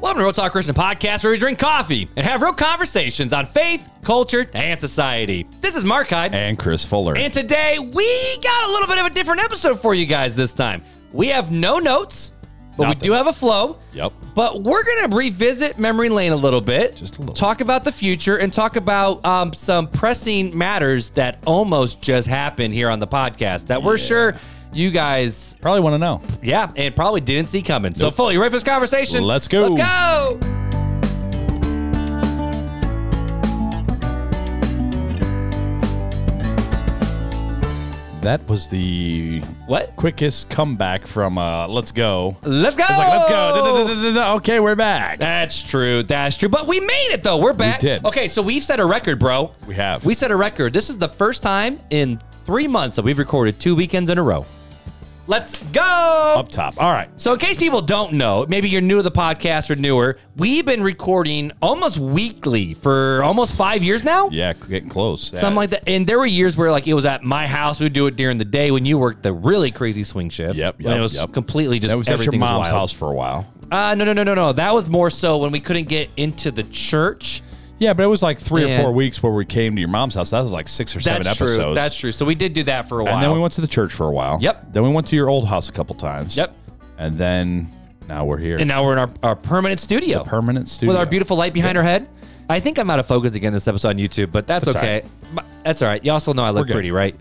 Welcome to Real Talk Christian Podcast, where we drink coffee and have real conversations on faith, culture, and society. This is Mark Hyde, and Chris Fuller. and today we got a little bit of a different episode for you guys this time. We have no notes, but Nothing. we do have a flow. Yep. But we're going to revisit memory lane a little bit. Just a little. Talk about the future and talk about um, some pressing matters that almost just happened here on the podcast that we're sure you guys, Probably want to know. yeah, and probably didn't see coming. So, Foley, you ready for this conversation? Let's go. Let's go. That was the What? quickest comeback from uh, Let's Go. It's Let's go. like, let's go. Da-da-da-da-da. Okay, we're back. That's true. That's true. But we made it though. We're back. did. Okay, so we've set a record, bro. We have. We set a record. This is the first time in three months that we've recorded two weekends in a row. Let's go. Up top. All right. So, in case people don't know, maybe you're new to the podcast or newer, we've been recording almost weekly for almost five years now. Yeah, getting close. Something like that. And there were years where like it was at my house. We'd do it during the day when you worked the really crazy swing shift. Yep, when it yep, was yep. completely just That was at your everything was mom's wild. house for a while. Uh, no, no, no, no, no. That was more so when we couldn't get into the church. Yeah, but it was like three Yeah. or four weeks where we came to your mom's house. That was like six or seven That's true. episodes. That's true. So we did do that for a while. And then we went to the church for a while. Yep. Then we went to your old house a couple times. Yep. And then now we're here. and now we're in our, our permanent studio Permanent studio. with our beautiful light behind our head. I think I'm out of focus again this episode on YouTube, but that's, all okay. But That's all right. Y'all still know I look good. pretty, right?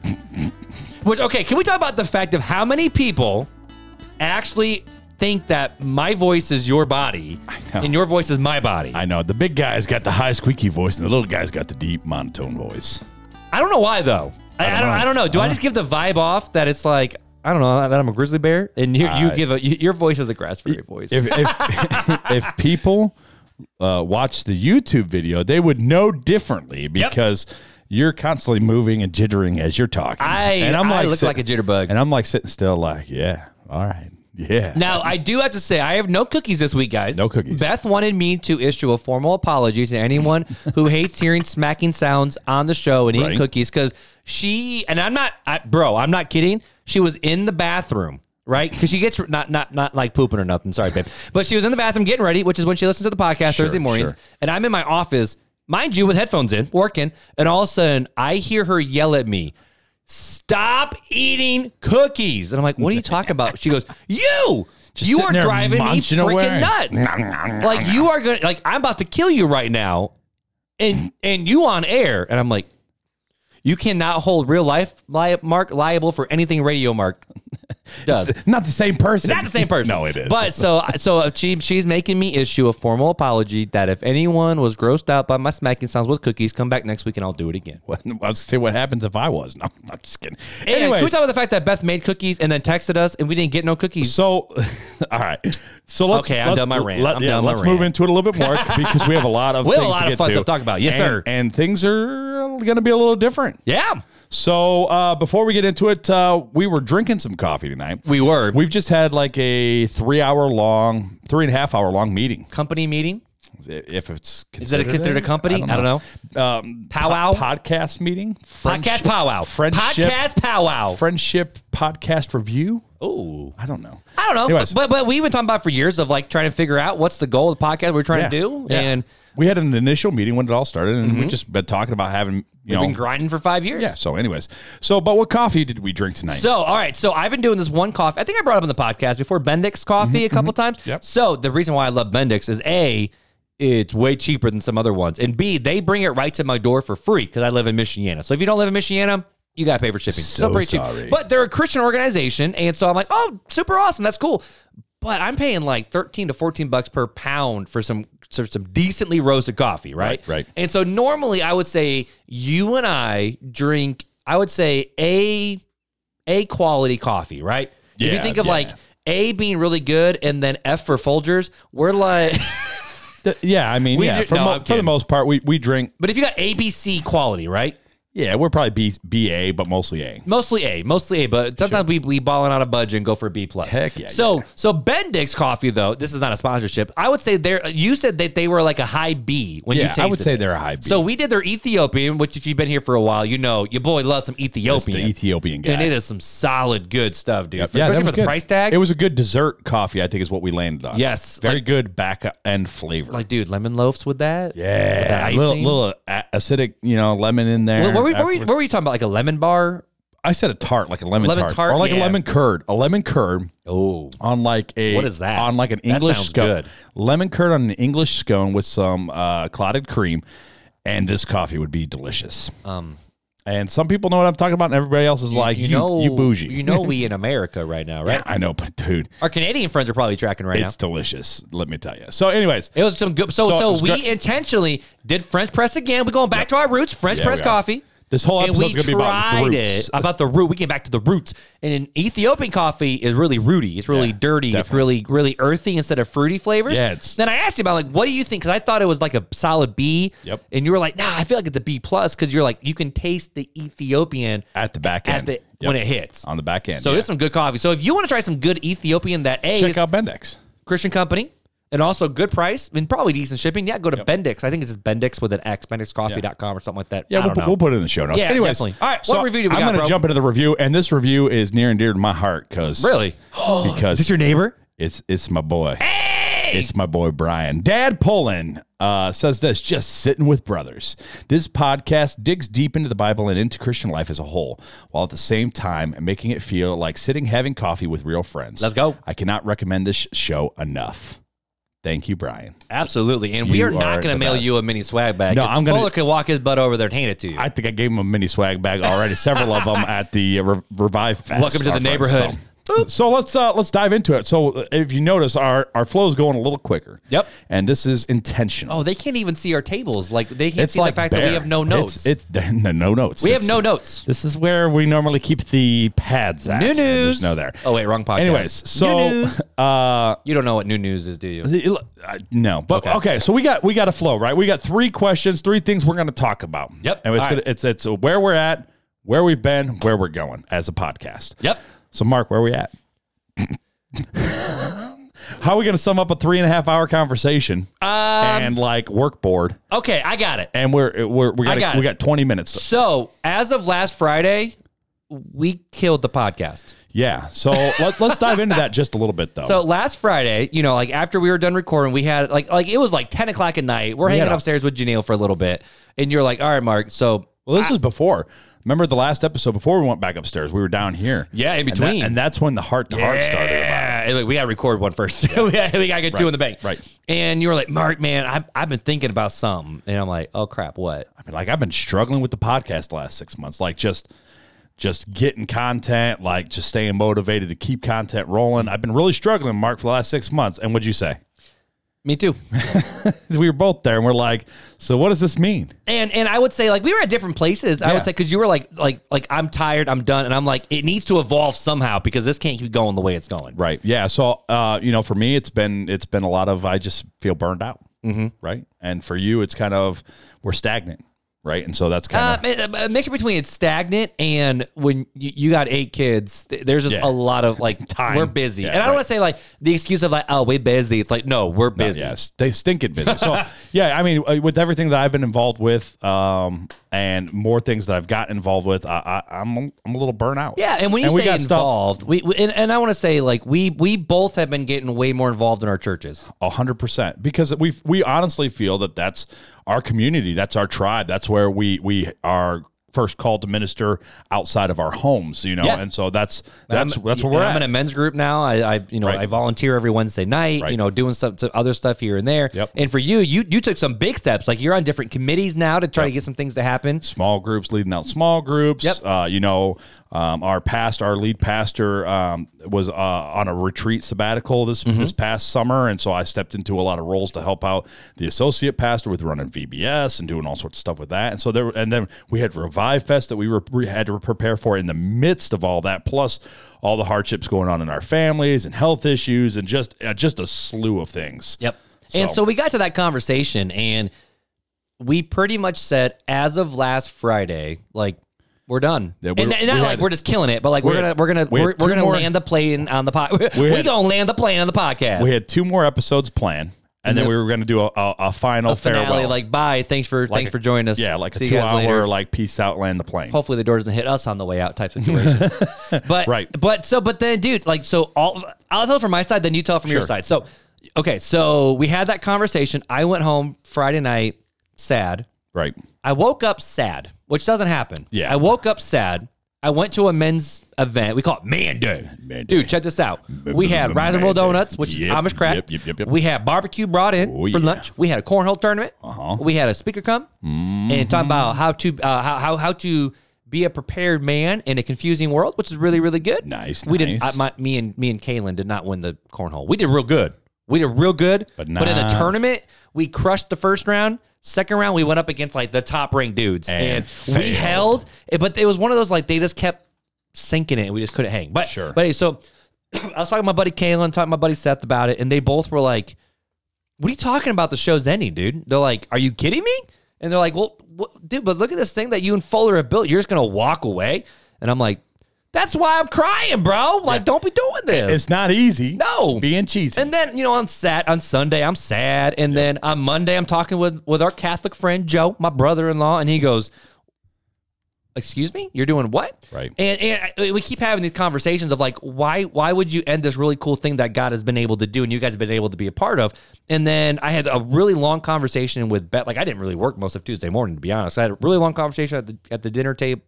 Which okay, can we talk about the fact of how many people actually think that my voice is your body know. and your voice is my body? I know. The big guy's got the high squeaky voice and the little guy's got the deep monotone voice. I don't know why though. I, I don't. I don't know. Do I just give the vibe off that it's like I don't know that I'm a grizzly bear, and you, you I- give a your voice is a grass fairy voice. if if, if people uh, watch the YouTube video, they would know differently because you're constantly moving and jittering as you're talking. I and i look sit- like a jitterbug. and I'm like sitting still, like yeah, all right, yeah. now I do have to say I have no cookies this week, guys. No cookies. Beth wanted me to issue a formal apology to anyone who hates hearing smacking sounds on the show and eating Right. cookies because she and I'm not, I, bro. I'm not kidding. She was in the bathroom. Right, because she gets not not not like pooping or nothing. Sorry, babe, but she was in the bathroom getting ready, which is when she listens to the podcast Sure, Thursday mornings. sure. and I'm in my office, mind you, with headphones in, working, and all of a sudden I hear her yell at me, "Stop eating cookies!" And I'm like, "What are you talking about?" She goes, "You, you sitting are there driving me munching away. freaking nuts! like you are gonna, like I'm about to kill you right now, and and you on air." And I'm like, "You cannot hold real life li- Mark liable for anything Radio Mark does." Not the same person. Not the same person. no, it is. But so so she she's making me issue a formal apology that if anyone was grossed out by my smacking sounds with cookies, come back next week and I'll do it again. What- I was gonna say what happens if I was. No, I'm just kidding. And can we Anyways, talk about the fact that Beth made cookies and then texted us and we didn't get no cookies? so all right. So let's Okay, I'm let's- done my rant. Let, I'm yeah, done my let's rant. move into it a little bit more because we have a lot of We have a things lot to of get fun to stuff to talk about. Yes, And- sir. And things are going to be a little different. yeah, So uh, before we get into it, uh, we were drinking some coffee tonight. we were We've just had like a three hour long, three and a half hour long meeting. company meeting. If it's Is that considered a company? I don't know. Um, Powwow? podcast meeting, Podcast powwow. friendship, Podcast powwow. friendship podcast review. Ooh. I don't know. I don't know, Anyways. but but we've been talking about it for years of like trying to figure out what's the goal of the podcast we're trying to do, yeah. and Mm-hmm. we had an initial meeting when it all started, and we just been talking about having you we've know. been grinding for five years. yeah. So, anyways, so but what coffee did we drink tonight? So, all right. So, I've been doing this one coffee. I think I brought up on the podcast before Bendix coffee a couple times. Mm-hmm, Yep. So, the reason why I love Bendix is A, it's way cheaper than some other ones. And B, they bring it right to my door for free because I live in Michiana. So, if you don't live in Michiana, you got to pay for shipping. So, So pretty cheap. sorry. But they're a Christian organization. And so I'm like, oh, super awesome. That's cool. But I'm paying like 13 to 14 bucks per pound for some for some decently roasted coffee, right? Right, right. And so normally I would say you and I drink, I would say a a quality coffee, right? if you Yeah, think of yeah. like A being really good and then F for Folgers, we're like, Th- yeah, I mean, We yeah, ju- for, no, mo- I'm for the kidding. most part, we, we drink but if you got ABC quality, right? Yeah, we're probably B, BA, but mostly A. Mostly A, mostly A, but sometimes we we balling out a budget and go for a B plus. Heck yeah, So so Bendix coffee though, this is not a sponsorship. I would say they're you said that they were like a high B when you Yeah, tasted. I would say it. they're a high B. So we did their Ethiopian, which if you've been here for a while, you know your boy loves some It's Ethiopian. the Ethiopian guy. And it is some solid good stuff, dude. Yeah, that Especially was for the good. price tag. It was a good dessert coffee, I think, is what we landed on. Yes, Very like- good back end flavor. like, dude, lemon loaves with that. With that yeah. icing. Little, little a- acidic, you know, lemon in there. What, what were, we- what were we- afterwards. what were you talking about? Like a lemon bar? I said a tart, like a lemon, Lemon tart, tart, Or like yeah. a lemon curd. A lemon curd Oh, on like a. What is that? On like an That English sounds scone. good. Lemon curd on an English scone with some uh, clotted cream. And this coffee would be delicious. um, And some people know what I'm talking about, and everybody else is like, you, you, know, bougie. You know, we in America right now, right? Yeah, I know, but dude, Our Canadian friends are probably tracking right it's delicious. Let me tell you. So, anyways, now. It was some good. So, So it so, was we great. intentionally did French press again. We're going back to our roots, French Yeah, press we are. coffee. This whole And we episode's gonna be about tried it roots. about the root. We came back to the roots. And in Ethiopian coffee is really rooty. It's really Yeah, dirty. It's definitely. really really earthy instead of fruity flavors. Yeah, it's- then I asked you about like, what do you think? Because I thought it was like a solid B. Yep. And you were like, nah, I feel like it's a B plus because you're like, you can taste the Ethiopian at the back at end, the Yep. when it hits. on the back end. So yeah. there's some good coffee. So if you want to try some good Ethiopian that A check is out Bendex. Christian company and also good price and probably decent shipping, yeah, go to Bendix. I think it's just Bendix with an X, bendixcoffee.com or something like that. Yeah, I we'll, don't put- know. we'll put it in the show notes. Yeah, Anyways, definitely. All right, what review do we I'm got, gonna bro? jump into the review, and this review is near and dear to my heart because Really? because Is this your neighbor? it's it's my boy. It's my boy Brian. Dad Pullen uh, says this just sitting with brothers. This podcast digs deep into the Bible and into Christian life as a whole, while at the same time making it feel like sitting having coffee with real friends. Let's go. I cannot recommend this sh- show enough. Thank you, Brian. Absolutely. And we You are not going are to the mail best. you a mini swag bag. No, If I'm gonna- Fuller could walk his butt over there and hand it to you. I think I gave him a mini swag bag already. Several of them at the uh, Re- Revive Fest. Welcome to the our friends, neighborhood. so. So let's uh, let's dive into it. So uh, if you notice, our our flow is going a little quicker. Yep. And this is intentional. oh, they can't even see our tables. Like they can't it's see like the fact that bare. we have no notes. It's, it's no, no notes. we have It's- no notes. This is where we normally keep the pads at. New There's news. no there. Oh wait, wrong podcast. Anyways, New so news. uh, you don't know what new news is, do you? Is it- it- uh, no, but okay. So we got we got a flow, right? We got three questions, three things we're going to talk about. Yep. And it's All gonna, it's it's where we're at, where we've been, where we're going as a podcast. Yep. So Mark, where are we at? How are we going to sum up a three and a half hour conversation Um, and like work board? Okay, I got it. And we're we're we got, got we it. got twenty minutes. to- So as of last Friday, we killed the podcast. yeah. So let, let's dive into that just a little bit though. So last Friday, you know, like after we were done recording, we had like like it was like ten o'clock at night. We're had hanging a- upstairs with Janelle for a little bit, and you're like, "All right, Mark." So Well, this is before. Remember the last episode before we went back upstairs? We were down here. Yeah, in And that- And, between. that's when the heart to heart started. Yeah, and, like, we got to record one first. we got to get two in the bank. right. And you were like, Mark, man, I've, I've been thinking about something. And I'm like, oh, crap, what? I mean, like I've been struggling with the podcast the last six months, like just just getting content, like just staying motivated to keep content rolling. I've been really struggling, Mark, for the last six months. And what'd you say? Me too. We were both there, and we're like, so what does this mean? And and I would say like we were at different places. I Yeah. would say because you were like like like I'm tired, I'm done, and I'm like it needs to evolve somehow because this can't keep going the way it's going. Right. Yeah. So, uh, you know, for me, it's been it's been a lot of I just feel burned out. Mm-hmm. Right. And for you, it's kind of we're stagnant. Right. And so that's kind of Uh, mi- a mixture between it's stagnant and when you, you got eight kids, th- there's just Yeah. a lot of like Time. We're busy, Yeah, and I don't right. want to say like the excuse of like oh we're busy. It's like no, we're busy. Yeah, they stinking busy. So yeah, I mean, uh, with everything that I've been involved with, um, and more things that I've gotten involved with, I, I, I'm I'm a little burnout. Yeah, and when you say involved, we, we and, and I want to say like we we both have been getting way more involved in our churches. a hundred percent because we we honestly feel that that's our community, that's our tribe, that's where we we are first called to minister outside of our homes, you know, Yeah. and so that's that's I'm- that's where we're and I'm at. in a men's group now. I, I you know Right. I volunteer every Wednesday night. You Right. know doing some, some other stuff here and there. Yep. And for you, you you took some big steps. Like you're on different committees now to try to get some things to happen. small groups, leading out small groups. Yep. Uh, you know, um, our past, our lead pastor um, was uh, on a retreat sabbatical this Mm-hmm. this past summer, and so I stepped into a lot of roles to help out the associate pastor with running VBS and doing all sorts of stuff with that. And so there, and then we had Revive Fest that we, were, we had to prepare for in the midst of all that, plus all the hardships going on in our families and health issues, and just uh, just a slew of things. Yep. And So- so we got to that conversation, and we pretty much said as of last Friday, like we're done. Yeah, and, we're- and not we like had- we're just killing it, but like we we're gonna had- we're gonna we we had are two gonna more- land the plane on the pod. We, had- gonna land the plane on the podcast. We had two more episodes planned, and then we were going to do a, a, a final Finale, farewell. like bye, thanks for thanks a- for joining us. yeah, like a See you two guys later. hour, like peace out, land the plane. hopefully the door doesn't hit us on the way out type situation. but Right. but so but then dude, like so all I'll tell from my side, then you tell from your Sure. side. So okay, so we had that conversation. I went home Friday night, sad. Right. I woke up sad, which doesn't happen. Yeah. I woke up sad. I went to a men's event. We call it Man Day. Man Day. Dude, check this out. We had Rise and Roll Man Day. Donuts, which Yep, is Amish crack. yep, yep, yep, yep. We had barbecue brought in Oh, for yeah. lunch. We had a cornhole tournament. Uh-huh. We had a speaker come and talk about how to uh, how, how how to be a prepared man in a confusing world, which is really really good. Nice, We didn't. nice. I, my, me and me and Kaylin did not win the cornhole. We did real good. We did real good. But but in the not- tournament tournament, we crushed the first round. Second round, we went up against like the top ranked dudes, and, And we held. failed. But it was one of those like they just kept sinking it, and we just couldn't hang. But Sure. but hey, so I was talking to my buddy Kalen, talking to my buddy Seth about it, and they both were like, "What are you talking about? The show's ending, dude." They're like, "Are you kidding me?" And they're like, "Well, what, dude, but look at this thing that you and Fuller have built. You're just gonna walk away." And I'm like, "That's why I'm crying, bro. Like, don't be doing this." It's not easy. No. Being cheesy. And then you know on sat on Sunday I'm sad, and then on Monday I'm talking with with our Catholic friend Joe, my brother-in-law, and he goes, "Excuse me, you're doing what?" Right. And and I- we keep having these conversations of like, why why would you end this really cool thing that God has been able to do and you guys have been able to be a part of? And then I had a really long conversation with Bet. Like I didn't really work most of Tuesday morning to be honest. I had a really long conversation at the at the dinner table.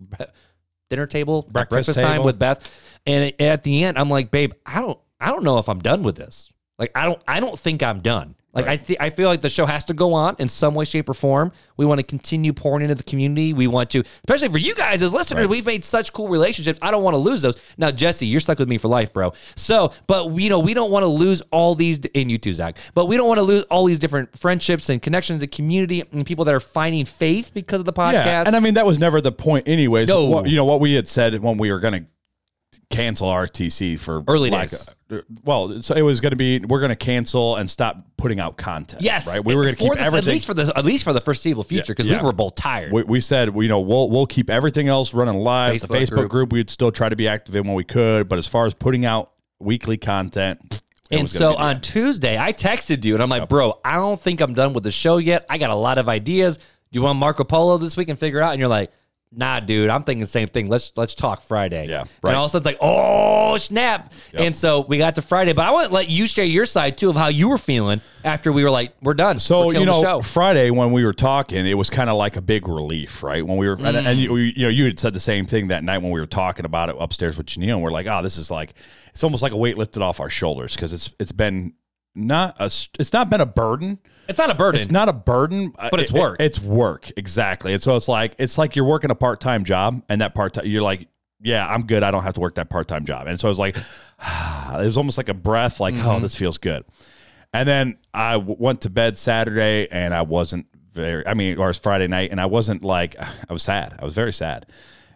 Dinner table, breakfast, time table. with Beth, and at the end, I'm like, babe, I don't, I don't know if I'm done with this. Like, I don't, I don't think I'm done. Like, I, th- I feel like the show has to go on in some way, shape, or form. We want to continue pouring into the community. We want to, especially for you guys as listeners, we've made such cool relationships. I don't want to lose those. Now, Jesse, you're stuck with me for life, bro. So, but we, you know, we don't want to lose all these, and you too, Zach. But we don't want to lose all these different friendships and connections, the community, and people that are finding faith because of the podcast. Yeah, and I mean that was never the point, anyways. No. What- you know what we had said when we were going to cancel RTC for Early lack days. of- well, so it was going to be we're going to cancel and stop putting out content. Yes, right. We were going to For keep this- everything. at least for the at least for the foreseeable future because yeah. we were both tired. we, we said you know we'll we'll keep everything else running live. the Facebook Facebook group. group. we'd still try to be active in when we could, but as far as putting out weekly content, it and was gonna so be the- on Tuesday, I texted you and I'm like, bro, I don't think I'm done with the show yet. I got a lot of ideas. Do you want Marco Polo this week and figure it out? And you're like, nah, dude, I'm thinking the same thing. Let's let's talk Friday. Yeah, And right. all of a sudden it's like, oh snap. Yep. And so we got to Friday, but I want to let you share your side too of how you were feeling after we were like, we're done. We're So killing you the know, show. Friday when we were talking, it was kind of like a big relief, right? When we were, and, and Mm. you, you know, you had said the same thing that night when we were talking about it upstairs with Janine, and we're like, oh, this is like, it's almost like a weight lifted off our shoulders because it's it's been not a, st- it's not been a burden, it's not a burden. it's not a burden, But it's It- it- work. it's work, exactly. And so it's like it's like you're working a part time job, and that part time you're like, yeah, I'm good. I don't have to work that part time job. And so I was like, it was almost like a breath, like Mm-hmm. oh, this feels good. And then I w- went to bed Saturday, and I wasn't very. I mean, or it was Friday night, and I wasn't like I was sad. I was very sad.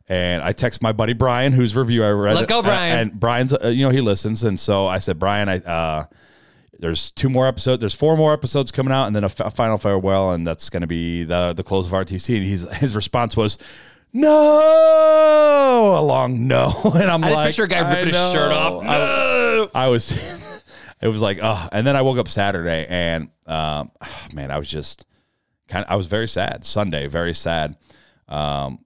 And I text my buddy Brian, whose review I read. Let's go, Brian. And Brian's, uh, you know, he listens, and so I said, Brian, I. uh there's two more episodes. There's four more episodes coming out, and then a f- final farewell, and that's going to be the the close of RTC. And he's, his response was, "No," a long no, and I'm I just like, picture a guy "I ripping his shirt know." off. I- No. I was, it was like, oh, and then I woke up Saturday and, um, man, I was just kind of, I was very sad Sunday, very sad. Um,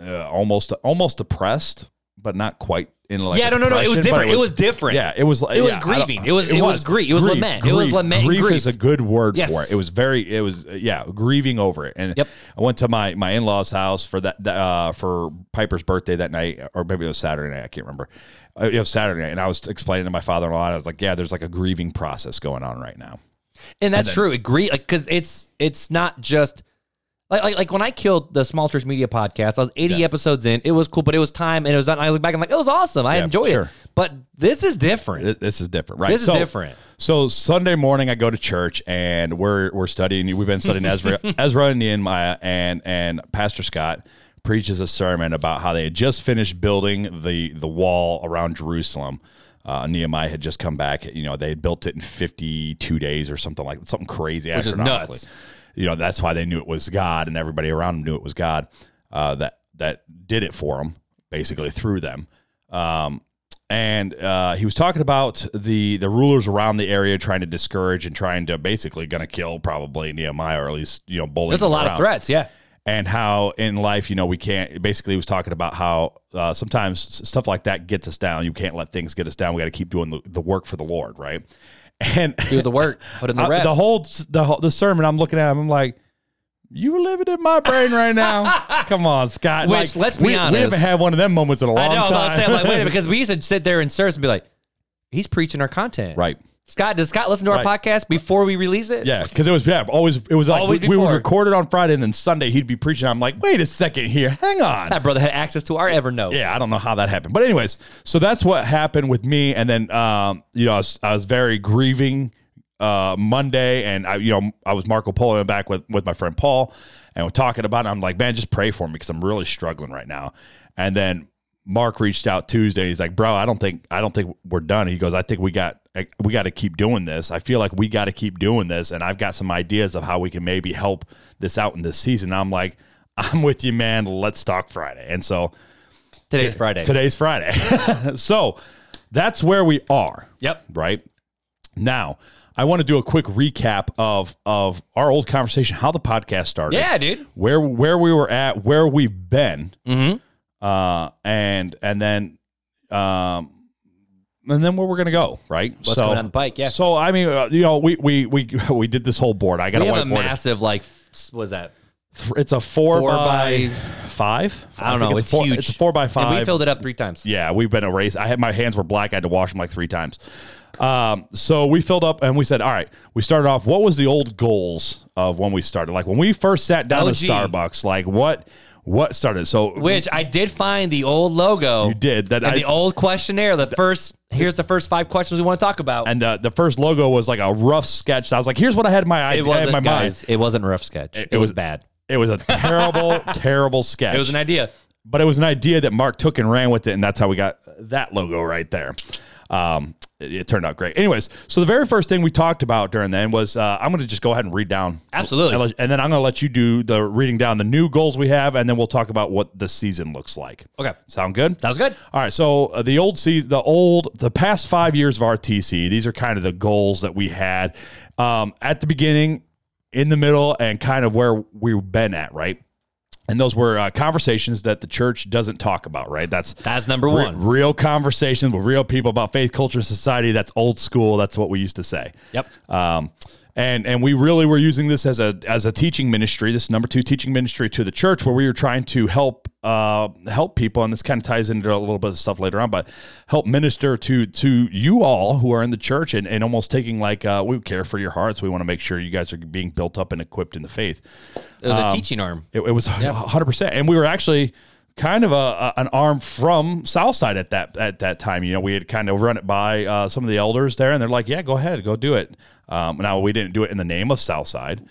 uh, almost, almost depressed, but not quite in like, yeah, a no, no, no. It was depression, but different. It was, different. yeah, it was, It was grieving. It was- it was grief. It was lament. It was lament and Grief, grief. is a good word Yes. for it. It was very, it was, uh, yeah, grieving over it. And Yep. I went to my, my in-laws house for that, that, uh, for Piper's birthday that night, or maybe it was Saturday night. I can't remember. Uh, It was Saturday night. And I was explaining to my father-in-law, and I was like, yeah, there's like a grieving process going on right now. And that's true. Agree, like because it's it's not just like, like like when I killed the Small Church Media podcast, I was eighty episodes in. It was cool, but it was time, and it was. I look back, I'm like, it was awesome. I Yeah, enjoyed sure. it. But this is different. Th- This is different, right? This is different. So Sunday morning, I go to church and we're we're studying. We've been studying Ezra, Ezra and Nehemiah, and and Pastor Scott preaches a sermon about how they had just finished building the the wall around Jerusalem. Uh, Nehemiah had just come back. You know, they had built it in 52 days or something like something crazy. is astronomically. nuts. you know that's why they knew it was God, and everybody around them knew it was God uh, that that did it for them, basically through them. Um, and uh, he was talking about the the rulers around the area trying to discourage and trying to basically going to kill probably Nehemiah or at least you know bully. There's a him lot of around threats. Yeah. and how in life, you know, we can't. Basically, he was talking about how uh, sometimes s- stuff like that gets us down. You can't let things get us down. We got to keep doing the, the work for the Lord, right? And Do the work. Put in the I- reps. the whole the whole the sermon, I'm looking at him, I'm like, you living in my brain right now. Come on, Scott. Which, let's be we, we honest. haven't had one of them moments in a long I know. I'm time. about to say, like, wait a minute, because we used to sit there in service and be like, he's preaching our content. right. Scott, does Scott listen to our Right. podcast before we release it? Yeah, because it was yeah, always it was like Always we, we would before. record it on Friday and then Sunday he'd be preaching. I'm like, wait a second here, hang on. That brother had access to our Evernote. yeah, I don't know how that happened. But anyways, so that's what happened with me. And then, um, you know, I was, I was very grieving uh, Monday, and I, you know, I was Marco Polo back with with my friend Paul, and we're talking about. it. I'm like, man, just pray for me because I'm really struggling right now. And then Mark reached out Tuesday. He's like, bro, I don't think I don't think we're done. He goes, I think we got eh, we got to keep doing this. I feel like we got to keep doing this, and I've got some ideas of how we can maybe help this out in this season. I'm like. I'm with you, man. Let's talk Friday. And so Today's Friday. Today's Friday. so that's where we are. Yep. Right. Now, I want to do a quick recap of of our old conversation, how the podcast started. Yeah, dude. Where where we were at, where we've been. Mm-hmm. Uh and and then um and then where we're gonna go, right? What's going on the bike, yeah. So I mean, uh, you know, we we we we did this whole board. I got We a have a whiteboard. massive, like, f- what is that? Th- it's a four, Four by, by- five. I don't think know. a It's, four, huge. It's a four by five. And we filled it up three times. Yeah, we've been erased. I had my hands were black. I had to wash them like three times. Um, so we filled up and we said, all right, we started off. What was the old goals of when we started? Like when we first sat down at OG. Starbucks, like what what started? So Which I did find the old logo. you did that. And I, the old questionnaire, the first, here's the first five questions we want to talk about. and the, the first logo was like a rough sketch. I was like, here's what I had in my it idea in wasn't, my mind. guys, it wasn't a rough sketch. It, was, was- bad. It was a terrible, terrible sketch. It was an idea. but it was an idea that Mark took and ran with it, and that's how we got that logo right there. Um, it, it turned out great. Anyways, so the very first thing we talked about during then was uh, I'm going to just go ahead and read down, Absolutely. and, let- and then I'm going to let you do the reading down the new goals we have, and then we'll talk about what the season looks like. Okay. sound good? Sounds good. All right, so uh, the old season, the old, the past five years of RTC, these are kind of the goals that we had um, at the beginning, in the middle, and kind of where we've been at, right? And those were uh, conversations that the church doesn't talk about, right? That's That's number re- one. real conversations with real people about faith, culture, and society. That's old school. That's what we used to say. Yep. Um, and and we really were using this as a as a teaching ministry. This is number two teaching ministry to the church, where we were trying to help uh, help people, and this kind of ties into a little bit of stuff later on, but help minister to to you all who are in the church, and, and almost taking like uh, we care for your hearts. We want to make sure you guys are being built up and equipped in the faith. It was Um, a teaching arm. It, it was hundred percent, and we were actually kind of a, a- an arm from Southside at that at that time. You know, we had kind of run it by uh, some of the elders there, and they're like, "Yeah, go ahead, go do it." Um, now we didn't do it in the name of Southside,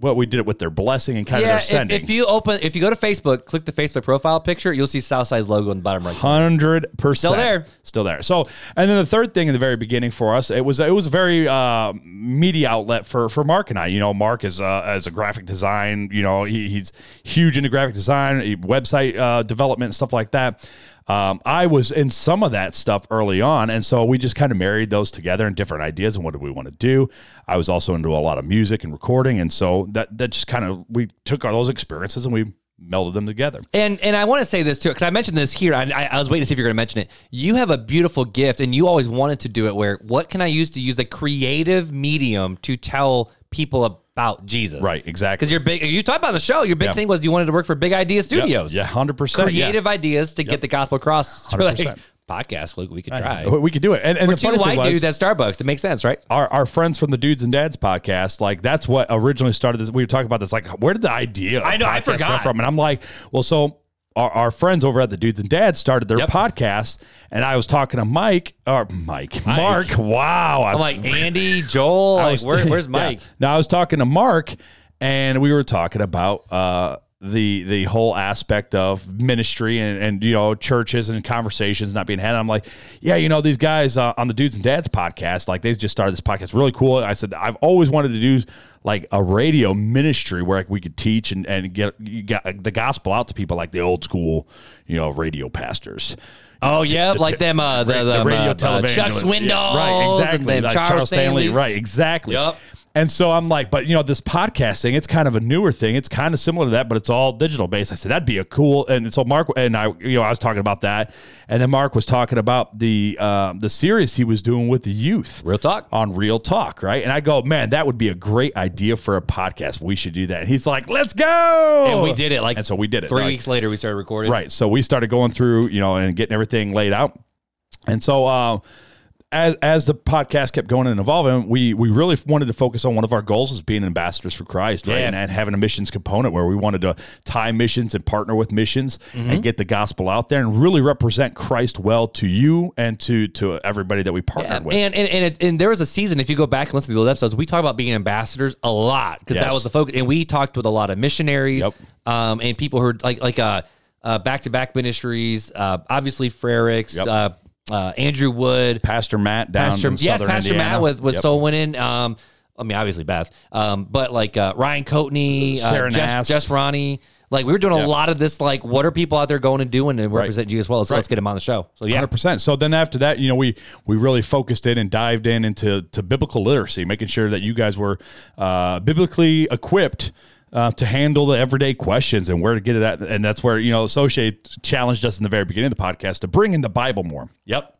but we did it with their blessing and kind of Yeah, their if, sending. if you open, if you go to Facebook, click the Facebook profile picture, you'll see Southside's logo in the bottom right. Hundred percent, Still there. still there. So, and then the third thing in the very beginning for us, it was it was a very uh, media outlet for for Mark and I. You know, Mark is uh, as a graphic design. You know, he, he's huge into graphic design, eh, website uh, development, stuff like that. Um, I was in some of that stuff early on, and so we just kind of married those together and different ideas and what do we want to do. I was also into a lot of music and recording, and so that that just kind of we took all those experiences and we melded them together. And and I want to say this too, because I mentioned this here. I, I, I was waiting to see if you're going to mention it. You have a beautiful gift, and you always wanted to do it. Where what can I use to use a creative medium to tell people about Jesus? Right, exactly. Because your big, you talked about on the show. Your big Yeah. thing was you wanted to work for Big Idea Studios. Yeah, hundred percent. creative ideas to get the gospel across. So we're like, 100%. podcast, we, we could try. We- We could do it. And, and the Two funny thing white was, dudes at Starbucks. It makes sense, right? our, our friends from the Dudes and Dads podcast, like that's what originally started this. We were talking about this, like where did the idea? of I know, I podcast come forgot. from, and I'm like, well, so. Our, our friends over at the Dudes and Dads started their podcast, and I was talking to Mike or Mike, Mark. Wow, I'm like Andy, Joel. Like, where, where's Mike? Now I was talking to Mark, and we were talking about uh, the the whole aspect of ministry and, and you know churches and conversations not being had. I'm like, yeah, you know these guys uh, on the Dudes and Dads podcast, like they just started this podcast, really cool. I said I've always wanted to do like a radio ministry where like, we could teach and and get you got uh, the gospel out to people like the old school, you know, radio pastors. Oh yeah, the- like them uh, the, Ra- the, the radio uh, uh, televangelist. Chuck Swindoll, Yeah, right? Exactly, and then like Charles, Stanley, right? Exactly. Yep. And so I'm like, but you know, this podcast thing, it's kind of a newer thing. It's kind of similar to that, but it's all digital based. I said that'd be a cool. And so Mark and I, you know, I was talking about that, and then Mark was talking about the um, the series he was doing with the youth, Real talk. on Real Talk, right? And I go, man, that would be a great idea for a podcast. We should do that. And he's like, let's go. And we did it like Oh. And so we did it three like- weeks later. We started recording. Right. So we started going through, you know, and getting everything laid out. And so uh, as as the podcast kept going and evolving, we we really wanted to focus on one of our goals was being ambassadors for Christ, right? Yeah. And, and having a missions component where we wanted to tie missions and partner with missions Mm-hmm. and get the gospel out there and really represent Christ well to you and to to everybody that we partnered Yeah, with. and and and, it, and there was a season. If you go back and listen to the old episodes, we talk about being ambassadors a lot because that Yes. was the focus. And we talked with a lot of missionaries, Yep. um, and people who are like like uh, uh back to back ministries. Uh, obviously Frericks, Yep. uh, uh, Andrew Wood, Pastor Matt down Pastor in yes, southern Pastor Indiana. Matt with with Yep. Soul Winning. Um, I mean obviously Beth, um, but like uh, Ryan Coatney, uh, Sarah Jess, Nass. Jess Ronnie. Like we were doing Yeah. a lot of this, like what are people out there going and doing and represent you as well? So let's get them on the show. So yeah, hundred percent. So then after that, you know, we we really focused in and dived in into to biblical literacy, making sure that you guys were uh, biblically equipped. Uh, to handle the everyday questions and where to get it at. And that's where, you know, Associate challenged us in the very beginning of the podcast to bring in the Bible more. yep.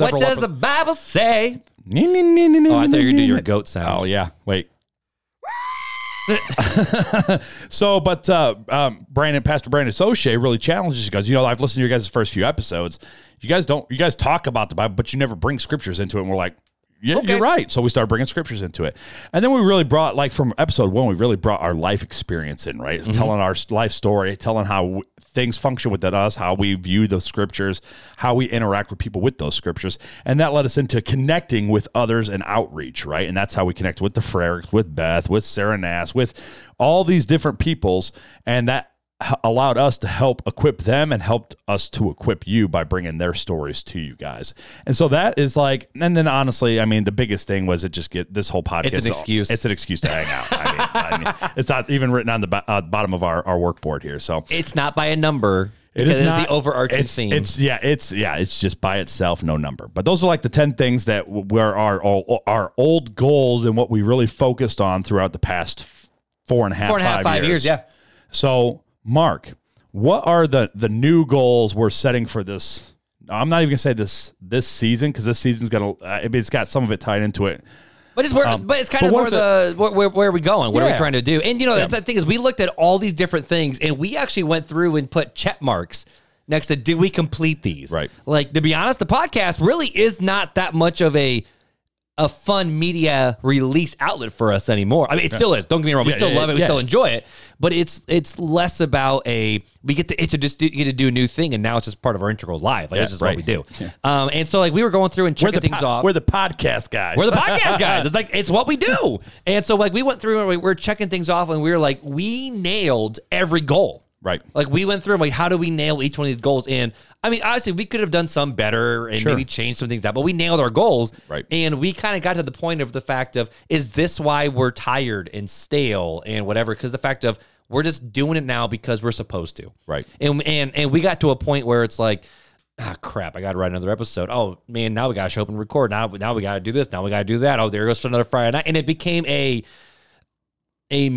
But what several does epi- the Bible say? Oh, Oh, I thought you were doing your goat sound. Oh yeah, wait. so, but uh, um, Brandon, Pastor Brandon Soche really challenges you guys. You know, I've listened to your guys' first few episodes. You guys don't, you guys talk about the Bible, but you never bring scriptures into it. And we're like, yeah, you're right. So we started bringing scriptures into it, and then we really brought, like, from episode one, we really brought our life experience in, right? Telling our s- life story, telling how w- things function within us, how we view the scriptures, how we interact with people with those scriptures, and that led us into connecting with others and outreach, right? And that's how we connect with the Frericks, with Beth, with Sarah Nass, with all these different peoples, and that h- allowed us to help equip them and helped us to equip you by bringing their stories to you guys. And so that is like, and then honestly, I mean, the biggest thing was it just get this whole podcast. It's an excuse. It's an excuse to hang out. I mean, I mean, it's not even written on the bo- uh, bottom of our, our work board here. So It's not by a number. it because is it's not the overarching it's, theme. It's yeah, it's yeah, it's just by itself, no number. But those are like the ten things that w- were our our- our old goals and what we really focused on throughout the past four and a half, Four and a half, five years, yeah. So, Mark, what are the the new goals we're setting for this? I'm not even gonna say this this season because this season's gonna uh, I mean, it's got some of it tied into it. But it's where, but it's kind of Um, but what where is the where, where, where are we going? What are we Yeah. trying to do? And you know, that's the thing is, we looked at all these different things, and we actually went through and put check marks next to did we complete these? Right. Like to be honest, the podcast really is not that much of a a fun media release outlet for us anymore. I mean, it still is. Don't get me wrong. We Yeah, still yeah, love it. We yeah. still enjoy it. But it's it's less about a we get to it's a just do- get to do a new thing, and now it's just part of our integral life. Like Yeah, this is what right. we do. Um, and so like we were going through and checking the things po- off. we're the podcast guys. We're the podcast guys. It's like it's what we do. And so like we went through and we were checking things off and we were like, we nailed every goal. Right. Like we went through and like how do we nail each one of these goals? And I mean, obviously we could have done some better and Sure. maybe changed some things out, but we nailed our goals. Right. And we kind of got to the point of the fact of is this why we're tired and stale and whatever? Because the fact of we're just doing it now because we're supposed to. Right. And and and we got to a point where it's like, ah, crap, I got to write another episode. Oh man, now we got to show up and record. Now now we got to do this. Now we got to do that. Oh, there goes another Friday night, and it became a a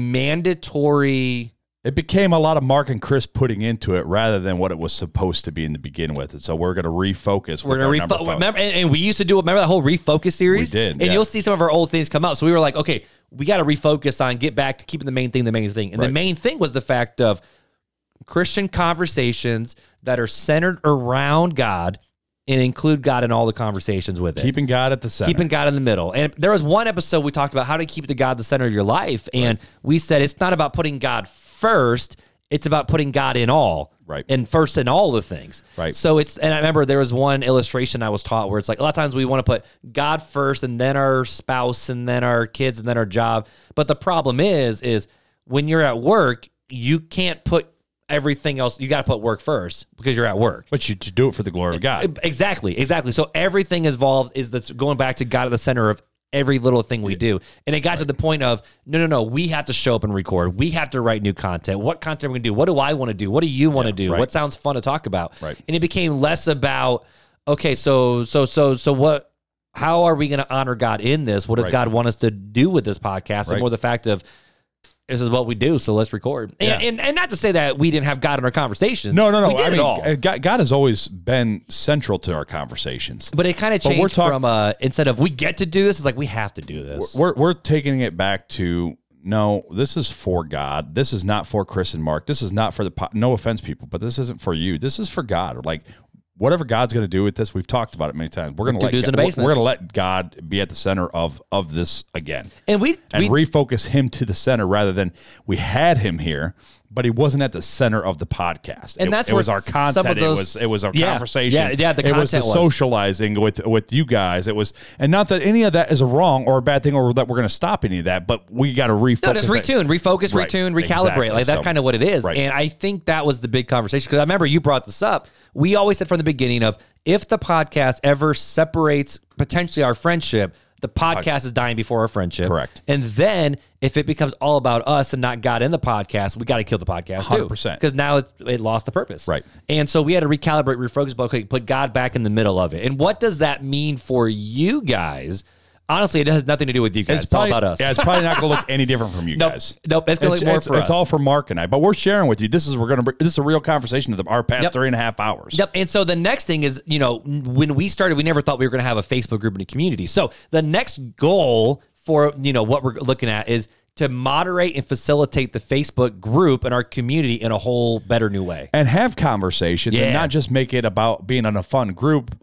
mandatory. it became a lot of Mark and Chris putting into it rather than what it was supposed to be in the begin with. And so we're going to refocus. We're with gonna our number refocus. fo- Remember, and, and we used to do remember that whole refocus series. We did, and yeah. you'll see some of our old things come up. So we were like, okay, we got to refocus on get back to keeping the main thing, the main thing, and the Right. main thing was the fact of Christian conversations that are centered around God and include God in all the conversations with it. keeping God at the center. keeping God in the middle. And there was one episode we talked about how to keep the God the center of your life, and we said it's not about putting God first; it's about putting God in all, Right. And first in all the things, Right. So it's and I remember there was one illustration I was taught where it's like a lot of times we want to put God first, and then our spouse, and then our kids, and then our job. But the problem is, is when you're at work. you can't put everything else. You got to put work first because you're at work. But you, you do it for the glory of God. Exactly, exactly. So everything involved is that's going back to God at the center of every little thing we do. And it got to the point of no, no, no. We have to show up and record. We have to write new content. What content are we gonna do? What do I want to do? What do you want to do? right. What sounds fun to talk about? Right. And it became less about okay, so so so so what. How are we going to honor God in this? What does Right. God want us to do with this podcast? And Right. more the fact of this is what we do, so let's record. And, Yeah. and, and not to say that we didn't have God in our conversations. No, no, no. We did I it mean, all. uh, God, God has always been central to our conversations. But it kind of we're changed talk- from uh, instead of we get to do this, it's like we have to do this. We're, we're taking it back to no, this is for God. This is not for Chris and Mark. This is not for the, po- no offense, people, but this isn't for you. This is for God. Like, whatever God's going to do with this, we've talked about it many times. We're going to let dudes in God, the we're- basement. we're going to let God be at the center of of this again. and we, and we refocus him to the center rather than we had him here, but he wasn't at the center of the podcast. And It- that's it where was our some content. of those- it was it was our Yeah. conversation. Yeah, yeah, the it was the content was. socializing with with you guys. It was, and not that any of that is wrong or a bad thing, or that we're going to stop any of that. But we got to refocus. no, just that- retune, refocus, Right, retune, recalibrate. exactly. Like that's So- kind of what it is. Right. And I think that was the big conversation because I remember you brought this up. We always said from the beginning of if the podcast ever separates potentially our friendship, the podcast is dying before our friendship. Correct. And then if it becomes all about us and not God in the podcast, we got to kill the podcast too. 100%. Because now it, it lost the purpose. Right. And so we had to recalibrate, refocus, but okay, put God back in the middle of it. And what does that mean for you guys? Honestly, it has nothing to do with you guys. It's, probably, all about us. Yeah, it's probably not going to look any different from you Nope. guys. Nope, it's gonna look more it's, for it's us. all for Mark and I, but we're sharing with you. This is we're going to. This is a real conversation of the, our past Yep. three and a half hours. Yep. And so the next thing is, you know, when we started, we never thought we were going to have a Facebook group and a community. So the next goal for, you know, what we're looking at is to moderate and facilitate the Facebook group and our community in a whole better new way. and have conversations Yeah. and not just make it about being in a fun group,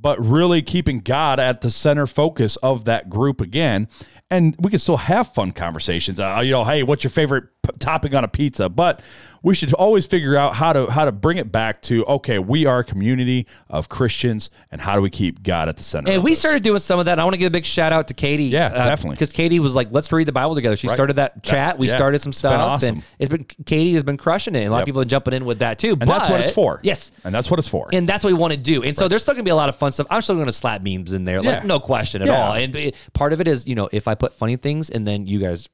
but really keeping God at the center focus of that group again. And we can still have fun conversations. Uh, you know, hey, what's your favorite p- topping on a pizza? But we should always figure out how to how to bring it back to okay, we are a community of Christians, and how do we keep God at the center? And of we this? started doing some of that. I want to give a big shout out to Katie. Yeah, definitely. Because Katie was like, "Let's read the Bible together." She started that chat. We yeah. started some It's stuff, been awesome. and it's been Katie has been crushing it. And a lot of Yep. people have been jumping in with that too. and that's what it's for. Yes, and that's what it's for. and that's what we want to do. And so there's still gonna be a lot of fun stuff. I'm still gonna slap memes in there, like Yeah. no question at Yeah. all. And it- part of it is, you know, if I put funny things and then you guys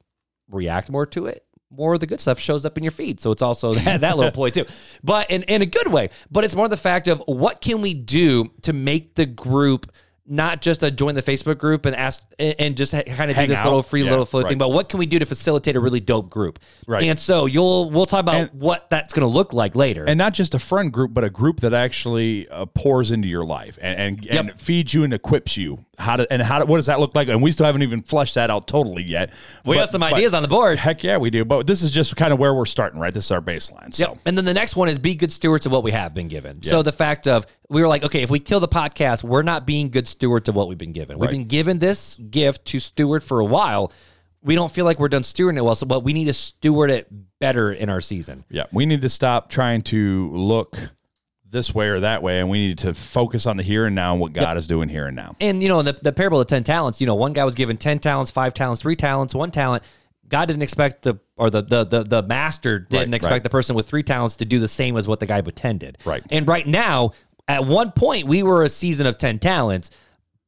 react more to it, more of the good stuff shows up in your feed. So it's also that, that little ploy too, but in in a good way. But it's more the fact of what can we do to make the group. Not just a join the Facebook group and ask and and just kind of do Hang this out. little free Yeah, little flow right. thing, but what can we do to facilitate a really dope group? Right. And so you'll we'll talk about what that's going to look like later. and not just a friend group, but a group that actually uh, pours into your life and and, and feeds you and equips you. How to and how to, what does that look like? And we still haven't even fleshed that out totally yet. we have some ideas on the board. Heck yeah, we do. But this is just kind of where we're starting, right? This is our baseline. So Yep. And then the next one is be good stewards of what we have been given. So the fact of we were like, okay, if we kill the podcast, we're not being good stewards of what we've been given. We've Right. been given this gift to steward for a while. We don't feel like we're done stewarding it well. So what we need to steward it better in our season. yeah, we need to stop trying to look this way or that way, and we need to focus on the here and now and what God is doing here and now. And you know, in the, the parable of ten talents, you know, one guy was given ten talents, five talents, three talents, one talent. God didn't expect the or the the the, the master didn't Right, expect right. the person with three talents to do the same as what the guy pretended. Right. And right now, at one point, we were a season of ten talents,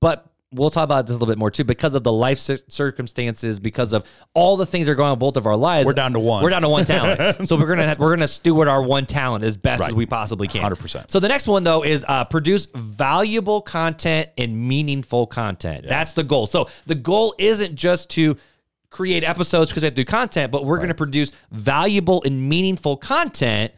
but we'll talk about this a little bit more too because of the life cir- circumstances, because of all the things that are going on in both of our lives. We're down to one. We're down to one talent. so we're gonna have, we're gonna steward our one talent as best as Right. we possibly can. 100%. So the next one though is uh, produce valuable content and meaningful content. That's the goal. So the goal isn't just to create episodes because we have to do content, but we're going to produce valuable and meaningful content.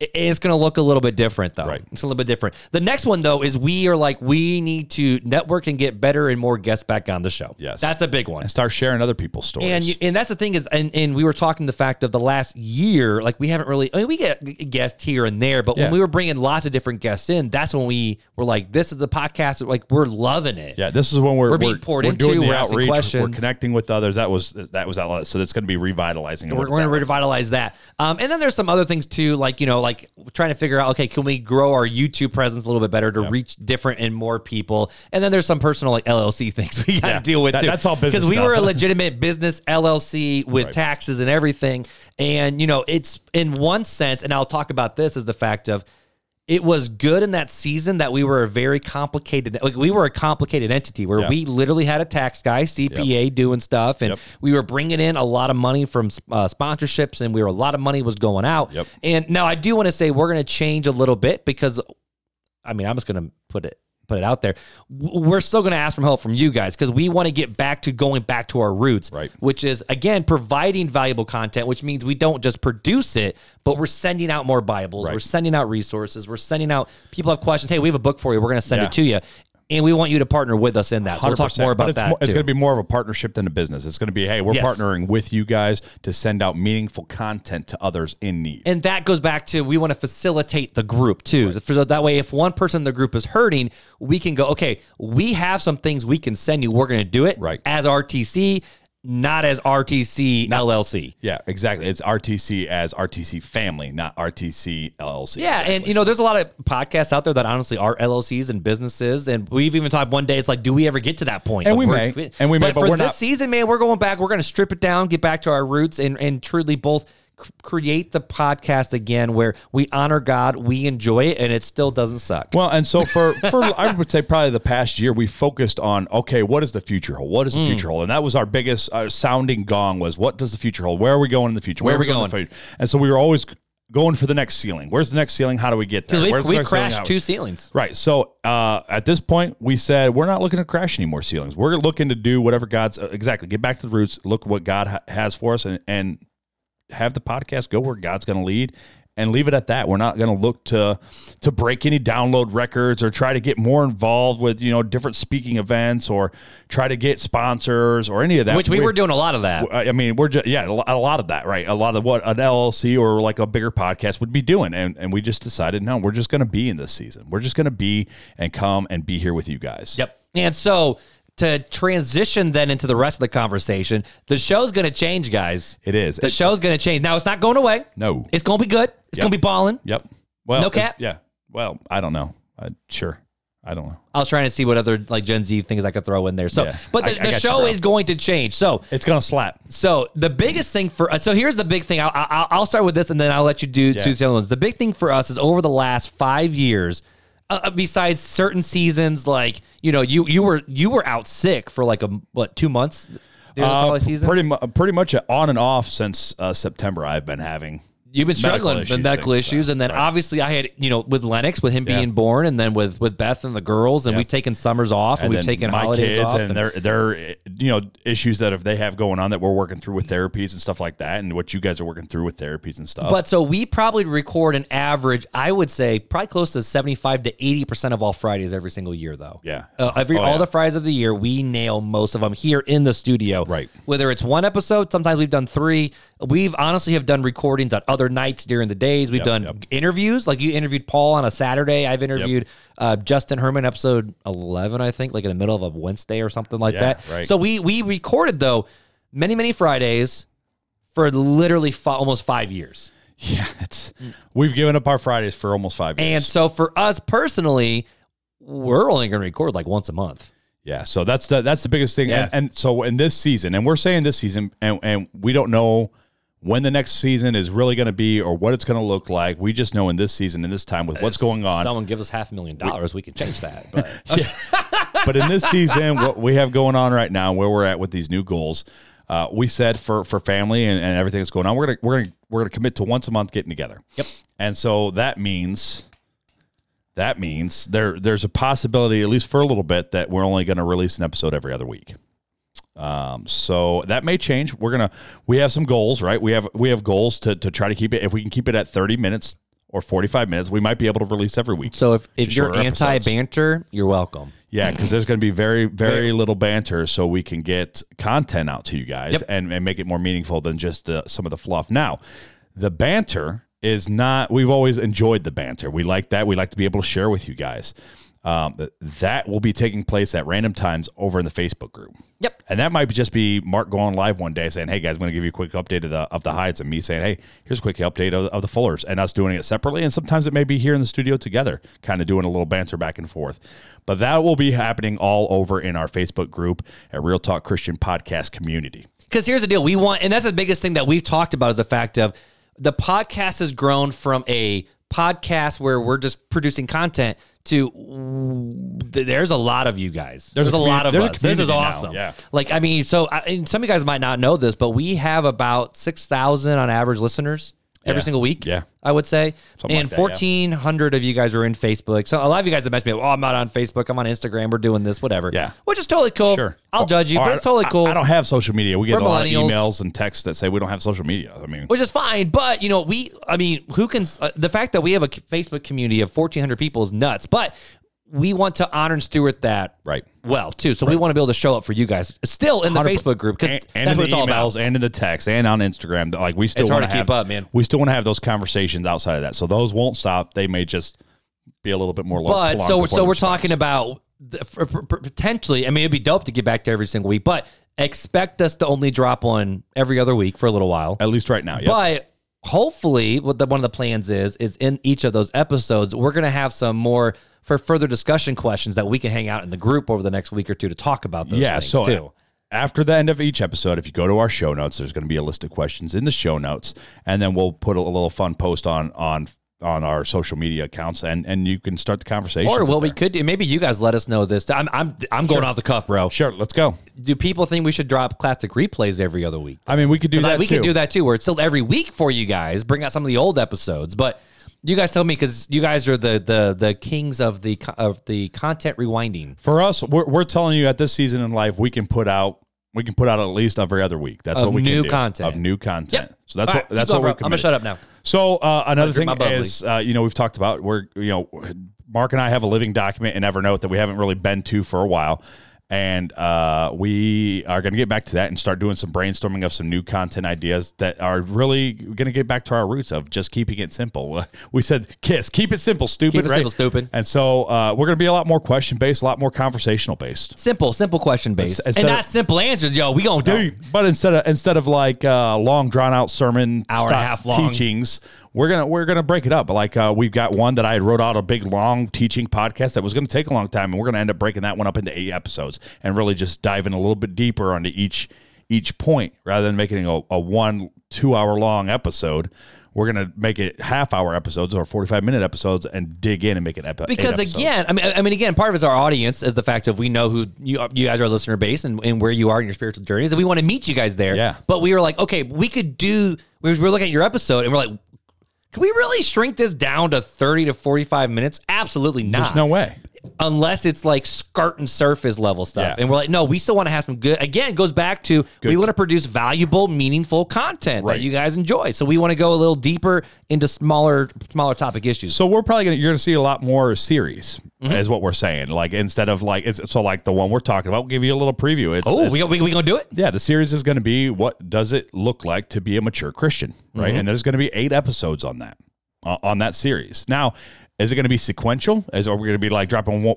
I- It's going to look a little bit different though. Right. It's a little bit different. The next one though is we are like we need to network and get better and more guests back on the show. Yes. that's a big one. And start sharing other people's stories. And you, and that's the thing is, and, and we were talking the fact of the last year, like we haven't really. I mean, we get g- guests here and there, but when Yeah. we were bringing lots of different guests in, that's when we were like, "This is the podcast." Like we're loving it. Yeah, this is when we're, We're being poured into, doing the we're asking outreach. We're questions. connecting with others. That was that was outlet. So that's going to be revitalizing. We're, we're going to revitalize that. Um, and then there's some other things too, like you know, like trying to figure out, okay, can we grow our YouTube presence a little bit better to reach different and more people? And then there's some personal like LLC things we got to Yeah. deal with That- too. that's all business because we stuff. were a legitimate business LLC with Right. taxes and everything. And you know, it's in one sense, and I'll talk about this as the fact of. It was good in that season that we were a very complicated, like we were a complicated entity where Yeah. we literally had a tax guy, CPA, doing stuff, and Yep. we were bringing in a lot of money from uh, sponsorships, and we were a lot of money was going out. Yep. And now I do want to say we're going to change a little bit because, I mean, I'm just going to put it put it out there. W- We're still going to ask for help from you guys because we want to get back to going back to our roots, Right. Which is again providing valuable content, which means we don't just produce it, but we're sending out more Bibles, Right. we're sending out resources, we're sending out people have questions. Hey, we have a book for you. We're going to send Yeah. it to you. And we want you to partner with us in that. So we'll talk 100%, more about but it's that. mo- it's too. going to be more of a partnership than a business. It's going to be, hey, we're Yes. partnering with you guys to send out meaningful content to others in need. and that goes back to we want to facilitate the group too. So that way, if one person in the group is hurting, we can go, okay, we have some things we can send you. We're going to do it Right. as RTC, not as RTC LLC. yeah, exactly. It's RTC as RTC family, not RTC LLC. Yeah, Exactly. and you know, there's a lot of podcasts out there that honestly are LLCs and businesses, and we've even talked one day. It's like, do we ever get to that point? And Like, we we're- may. And we may, but for we're this not- season, man, we're going back. We're going to strip it down, get back to our roots, and and truly both c- create the podcast again where we honor God, we enjoy it, and it still doesn't suck. Well, and so for, for I would say probably the past year, we focused on okay, what is the future hold? What is Mm. the future hold? And that was our biggest uh, sounding gong was what does the future hold? Where are we going in the future? Where are we in the future? And so we were always going for the next ceiling. Where's the next ceiling? How do we get there? we, Where's the we next ceiling? How- crashed two ceilings. Right. So uh, at this point, we said we're not looking to crash any more ceilings. We're looking to do whatever God's uh, exactly get back to the roots. Look what God ha- has for us, and, and have the podcast go where God's going to lead, and leave it at that. We're not going to look to to break any download records or try to get more involved with you know different speaking events or try to get sponsors or any of that. Which we were doing a lot of that. I I mean, we're just yeah, a lo- a lot of that, right? A lot of what an LLC or like a bigger podcast would be doing, and and we just decided no, we're just going to be in this season. We're just going to be and come and be here with you guys. Yep. And so to transition then into the rest of the conversation, the show's going to change, guys. it is. The It- show's going to change. Now, it's not going away. no. It's going to be good. It's Yep. going to be balling. yep. Well, No it's- cap? Yeah. Well, I don't know. I, sure, I don't know. I was trying to see what other like Gen Z things I could throw in there. So, Yeah. but I- the, the I got you, show bro. is going to change. So, It's going to slap. So the biggest thing for so here's the big thing. I'll, I'll, I'll start with this, and then I'll let you do two other ones. The big thing for us is over the last five years, uh, besides certain seasons, like you know, you you were you were out sick for like a what two months during Uh, the holiday p- season. pretty mu- pretty much on and off since uh, September. I've been having. You've been medical struggling issues, with medical things, so, issues, and then obviously I had you know with Lennox with him being born, and then with with Beth and the girls, and we've taken summers off, and, we've then taken holidays off, and their their you know issues that if they have going on that we're working through with therapies and stuff like that, and what you guys are working through with therapies and stuff. But so we probably record an average, I would say, probably close to 75 to 80% of all Fridays every single year, though. Yeah. Uh, every Oh, All yeah. the Fridays of the year, we nail most of them here in the studio. Right. Whether it's one episode, sometimes we've done three. We've honestly have done recordings on other nights during the days. We've done interviews. Like you interviewed Paul on a Saturday. I've interviewed uh, Justin Herman, episode 11, I think, like in the middle of a Wednesday or something like Yeah, that. right. So we, we recorded, though, many, many Fridays for literally fi- almost five years. yeah, it's we've given up our Fridays for almost five years. And so for us personally, we're only going to record like once a month. yeah, so that's the that's the biggest thing. Yeah. And, and so in this season, and we're saying this season, and and we don't know when the next season is really going to be or what it's going to look like. We just know in this season and this time with what's going on. Someone give us half a million dollars, we can change that. But but in this season, what we have going on right now, where we're at with these new goals, uh, we said for for family and, and everything that's going on, we're gonna we're gonna we're gonna commit to once a month getting together. Yep. And so that means that means there there's a possibility, at least for a little bit, that we're only gonna release an episode every other week. Um, so that may change. We're gonna we have some goals, right? We have we have goals to to try to keep it. If we can keep it at thirty minutes or forty five minutes, we might be able to release every week. so if, if you're shorter episodes. anti banter, you're welcome. Yeah, because there's going to be very, very little banter, so we can get content out to you guys and, and make it more meaningful than just the, some of the fluff. Now, the banter is not, we've always enjoyed the banter. We like that. We like to be able to share with you guys. Um, th- that will be taking place at random times over in the Facebook group. Yep. And that might be- just be Mark going live one day saying, "Hey guys, I'm going to give you a quick update of the of the hides," and me saying, "Hey, here's a quick update of, of the fullers," and us doing it separately. And sometimes it may be here in the studio together, kind of doing a little banter back and forth. But that will be happening all over in our Facebook group at Real Talk Christian Podcast Community. Because here's the deal: we want, and that's the biggest thing that we've talked about is the fact of the podcast has grown from a podcast where we're just producing content to th- there's a lot of you guys. There's, There's a a, lot of commu- there's a us. This is community now, awesome. yeah. Like I mean, so I, and some of you guys might not know this, but we have about six thousand on average listeners every Yeah. single week. Yeah. I would say, Something like and that, yeah. fourteen hundred of you guys are in Facebook. So a lot of you guys have messaged me. Oh, I'm not on Facebook. I'm on Instagram. We're doing this, whatever. Yeah. which is totally cool. Sure. I'll judge you, Or but I- it's totally Oh, I- cool. I, don't have social media. We get We're a lot of millennials. emails and texts that say we don't have social media. I mean, which is fine. But you know, we, I mean, who can? Uh, the fact that we have a c- Facebook community of fourteen hundred people is nuts. But we want to honor and steward that Right. well too. So we want to be able to show up for you guys still in the Facebook group because and, and that's in what the it's all emails about. and in the text and on Instagram. Like we still It's hard wanna to keep have- up, man. We still want to have those conversations outside of that. So those won't stop. They may just be a little bit more. lo- But prolonged so before so the we're response. talking about the, for, for- for- potentially. I mean, it'd be dope to get back to every single week, but expect us to only drop one every other week for a little while. at least right now. Yeah, But hopefully, what the, one of the plans is is in each of those episodes, we're gonna have some more for further discussion questions that we can hang out in the group over the next week or two to talk about those yeah. things So too. after the end of each episode, if you go to our show notes, there's going to be a list of questions in the show notes, and then we'll put a, little fun post on on on our social media accounts, and and you can start the conversation. Or what we could do, maybe you guys let us know this. I'm I'm I'm going off the cuff, bro. sure, let's go. Do people think we should drop classic replays every other week? I mean, we could do that. Like, we too. could do that too, where it's still every week for you guys. Bring out some of the old episodes, but you guys tell me because you guys are the the the kings of the co- of the content rewinding. For us, we're, we're telling you at this season in life, we can put out we can put out at least every other week. That's Of what we new can do. content. of new content. Yep. So that's All right, what keep that's going, what we're. bro. I'm gonna shut up now. So uh, another thing my bubbly. is, uh, you know, we've talked about we're you know Mark and I have a living document in Evernote that we haven't really been to for a while. And uh, we are going to get back to that and start doing some brainstorming of some new content ideas that are really going to get back to our roots of just keeping it simple. We said, "Kiss, keep it simple, stupid." Keep it right? simple, stupid. And so uh, we're going to be a lot more question based, a lot more conversational based. Simple, simple question based, instead and not of- simple answers. Yo, we gonna do. But instead of instead of like uh, long drawn out sermon Hour and a style half long. teachings, we're gonna we're gonna break it up. Like uh, we've got one that I wrote out a big long teaching podcast that was gonna take a long time, and we're gonna end up breaking that one up into eight episodes and really just diving a little bit deeper onto each each point rather than making a, a one two hour long episode. We're gonna make it half hour episodes or forty five minute episodes and dig in and make an episode. Because again, I mean, I mean, again, part of it is our audience is the fact of we know who you are, you guys are our listener base and, and where you are in your spiritual journeys, and we want to meet you guys there. Yeah. But we were like, okay, we could do. We were looking at your episode, and we're like, can we really shrink this down to thirty to forty-five minutes? Absolutely not. there's no way. unless it's like skirt and surface level stuff. Yeah. And we're like, no, we still want to have some good. Again, it goes back to we want to produce valuable, meaningful content Right. that you guys enjoy. So we want to go a little deeper into smaller, smaller topic issues. So we're probably gonna you're gonna see a lot more series Mm-hmm. is what we're saying. Like instead of like it's so like the one we're talking about, we'll give you a little preview. It's, Oh, it's- we, we, we gonna do it? yeah, the series is gonna be what does it look like to be a mature Christian, right? Mm-hmm. And there's gonna be eight episodes on that uh, on that series. Now, is it gonna be sequential? Is are we gonna be like dropping one,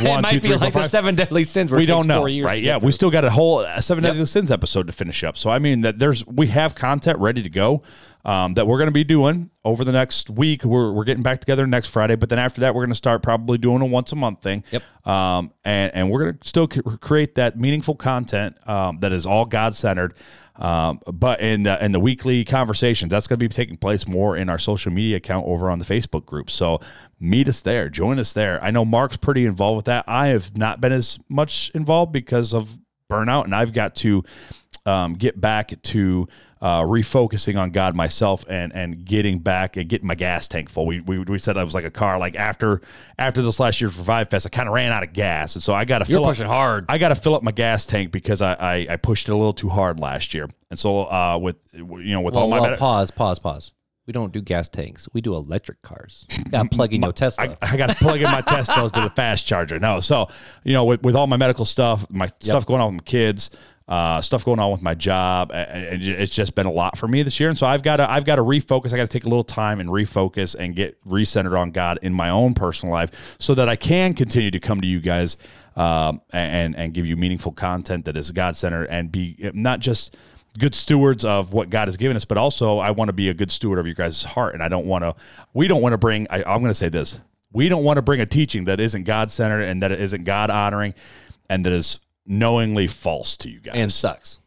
it one, might two, be three, four, like the five? seven deadly sins. Where it we takes don't know, four years to right? Yeah, get we through. still got a whole uh, Seven Deadly Sins episode to finish up. So I mean that there's we have content ready to go um, that we're going to be doing over the next week. We're, we're getting back together next Friday, but then after that we're going to start probably doing a once a month thing. Yep. Um, and and we're going to still c- create that meaningful content um, that is all God centered. Um, but in the, in the weekly conversations, that's going to be taking place more in our social media account over on the Facebook group. So meet us there, join us there. I know Mark's pretty involved with that. I have not been as much involved because of burnout, and I've got to um, get back to uh, refocusing on God myself and and getting back and getting my gas tank full. We, we, we said I was like a car. Like after after this last year's Revive Fest, I kind of ran out of gas, and so I got to You're fill up- pushing hard. I got to fill up my gas tank because I, I I pushed it a little too hard last year, and so uh, with you know with all Well, my well, bad- pause, pause, pause. We don't do gas tanks. We do electric cars. Got plug in your Tesla. I, I got to plug in my Teslas to the fast charger. No, so you know, with, with all my medical stuff, my stuff going on with my kids, uh, stuff going on with my job. Uh, it- It's just been a lot for me this year, and so I've got to I've got to refocus. I got to take a little time and refocus and get recentered on God in my own personal life, so that I can continue to come to you guys um, and and give you meaningful content that is God centered and be not just good stewards of what God has given us, but also I want to be a good steward of your guys' heart, and I don't want to. We don't want to bring. I, I'm going to say this. We don't want to bring a teaching that isn't God centered and that isn't God honoring, and that is knowingly false to you guys and sucks.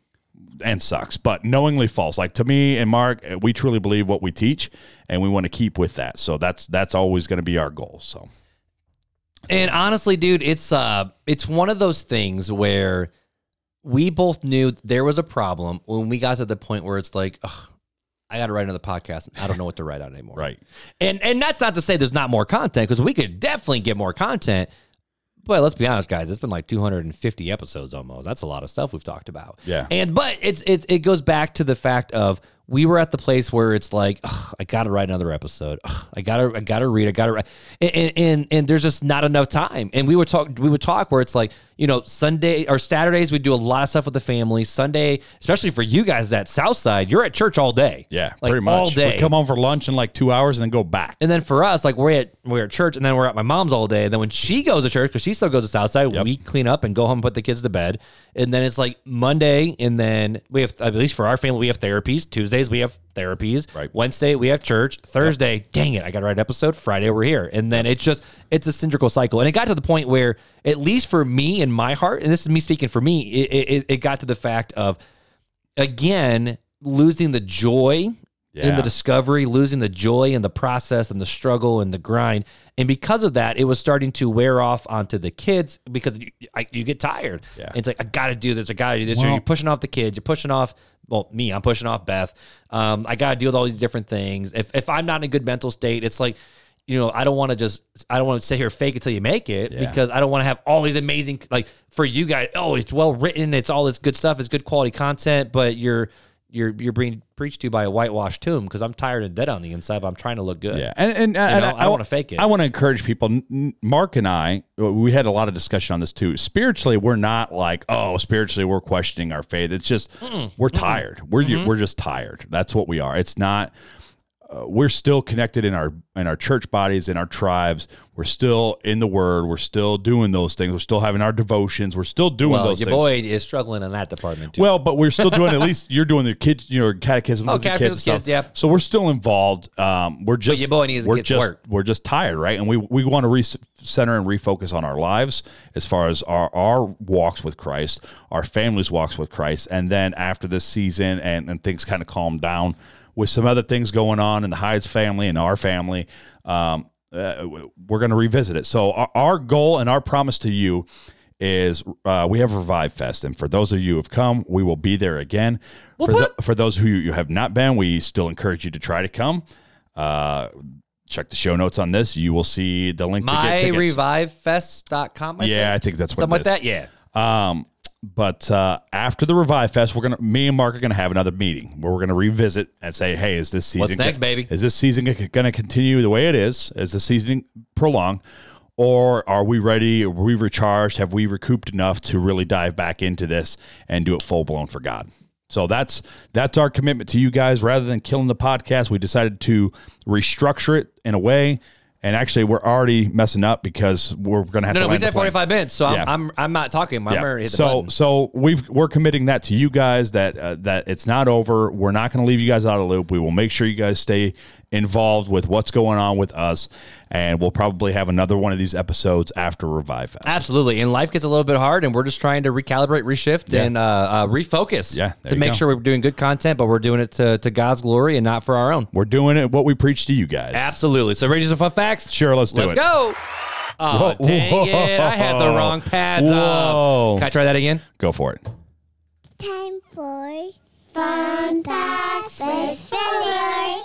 and sucks, but knowingly false. Like to me and Mark, eh, we truly believe what we teach, and we want to keep with that. So that's that's always going to be our goal. So And honestly, dude, it's uh it's one of those things where we both knew there was a problem when we got to the point where it's like, Ugh, I gotta write another podcast. I don't know what to write on anymore. right, And and that's not to say there's not more content, because we could definitely get more content. But let's be honest, guys, it's been like 250 episodes almost. That's a lot of stuff we've talked about. Yeah. And but it's it it goes back to the fact of we were at the place where it's like "Ugh, I gotta write another episode. Ugh, I gotta I gotta read. I gotta write. And, and and and there's just not enough time. And we would talk we would talk where it's like you know Sunday or Saturdays we do a lot of stuff with the family. Sunday, especially for you guys that South Side, you're at church all day. yeah, like pretty much. all day. We come home for lunch in like two hours and then go back. And then for us, like we're at we're at church, and then we're at my mom's all day. And then when she goes to church, because she still goes to Southside, we clean up and go home and put the kids to bed. And then it's like Monday, and then we have at least for our family, we have therapies. Tuesdays we have therapies. Right. Wednesday we have church. Thursday, dang it, I got to write an episode. Friday we're here, and then it's just it's a cylindrical cycle. And it got to the point where, at least for me in my heart, and this is me speaking for me, it- it, it, it got to the fact of again losing the joy in Yeah. the discovery, losing the joy in the process and the struggle and the grind. And because of that, it was starting to wear off onto the kids because you, I, you get tired. Yeah. And it's like I got to do this. I got to do this. Well- you're pushing off the kids. You're pushing off. Well, me, I'm pushing off Beth. Um, I got to deal with all these different things. If if I'm not in a good mental state, it's like. You know, I don't want to just. I don't want to sit here and fake it till you make it Yeah. because I don't want to have all these amazing like for you guys. Oh, it's well written. It's all this good stuff. It's good quality content, but you're you're you're being preached to by a whitewashed tomb because I'm tired and dead on the inside. But I'm trying to look good. Yeah, and and, uh, and know, I don't wanna fake it. I want to encourage people. N- n- Mark and I, we had a lot of discussion on this too. Spiritually, we're not like, oh, spiritually, we're questioning our faith. It's just Hmm, we're tired. We're ju- Mm-hmm. we're just tired. That's what we are. It's not. Uh, we're still connected in our in our church bodies, in our tribes. We're still in the Word. We're still doing those things. We're still having our devotions. We're still doing well, Uh, your those things. boy is struggling in that department too. Well, but we're still doing at least you're doing the kids, your catechism. Oh, with the catechism, kids, and kids, stuff. yeah. So we're still involved. Um, we're just your boy needs to we're get to just work. we're just tired, right? And we we want to recenter and refocus on our lives as far as our our walks with Christ, our families' walks with Christ, and then after this season and and things kind of calm down with some other things going on in the Hyde's family and our family. Um, uh, w- we're going to revisit it. So our, our goal and our promise to you is uh, we have Revive Fest, and for those of you who have come, we will be there again. For, tho- for those who you have not been, we still encourage you to try to come. Uh, check the show notes on this. You will see the link to get tickets. MyReviveFest.com. I yeah, I think. think that's what something it like is. that. Yeah. Um, but uh, after the Revive Fest, we're gonna me and Mark are gonna have another meeting where we're gonna revisit and say, hey, is this season What's next, baby? Is this season g- gonna continue the way it is? Is the season prolonged? Or are we ready? Are we recharged? Have we recouped enough to really dive back into this and do it full blown for God? So that's that's our commitment to you guys. Rather than killing the podcast, we decided to restructure it in a way. And actually, we're already messing up because we're going to have No, to. no, we land the said plane. 45 minutes, so I'm, Yeah. I'm I'm not talking. I'm Yeah. already hit the so button. so we've we're committing that to you guys that uh, that it's not over. We're not going to leave you guys out of the loop. We will make sure you guys stay involved with what's going on with us, and we'll probably have another one of these episodes after Revive Fest. Absolutely. And life gets a little bit hard, and we're just trying to recalibrate, reshift, and uh, uh, refocus Yeah, there to you make go. sure we're doing good content, but we're doing it to, to God's glory and not for our own. we're doing it what we preach to you guys. Absolutely. So, ready to do some fun facts? Sure, let's do Let's it. go. Oh, Whoa. dang it. I had the wrong pads Whoa. up. Can I try that again? Go for it. time for Fun Facts with Failure.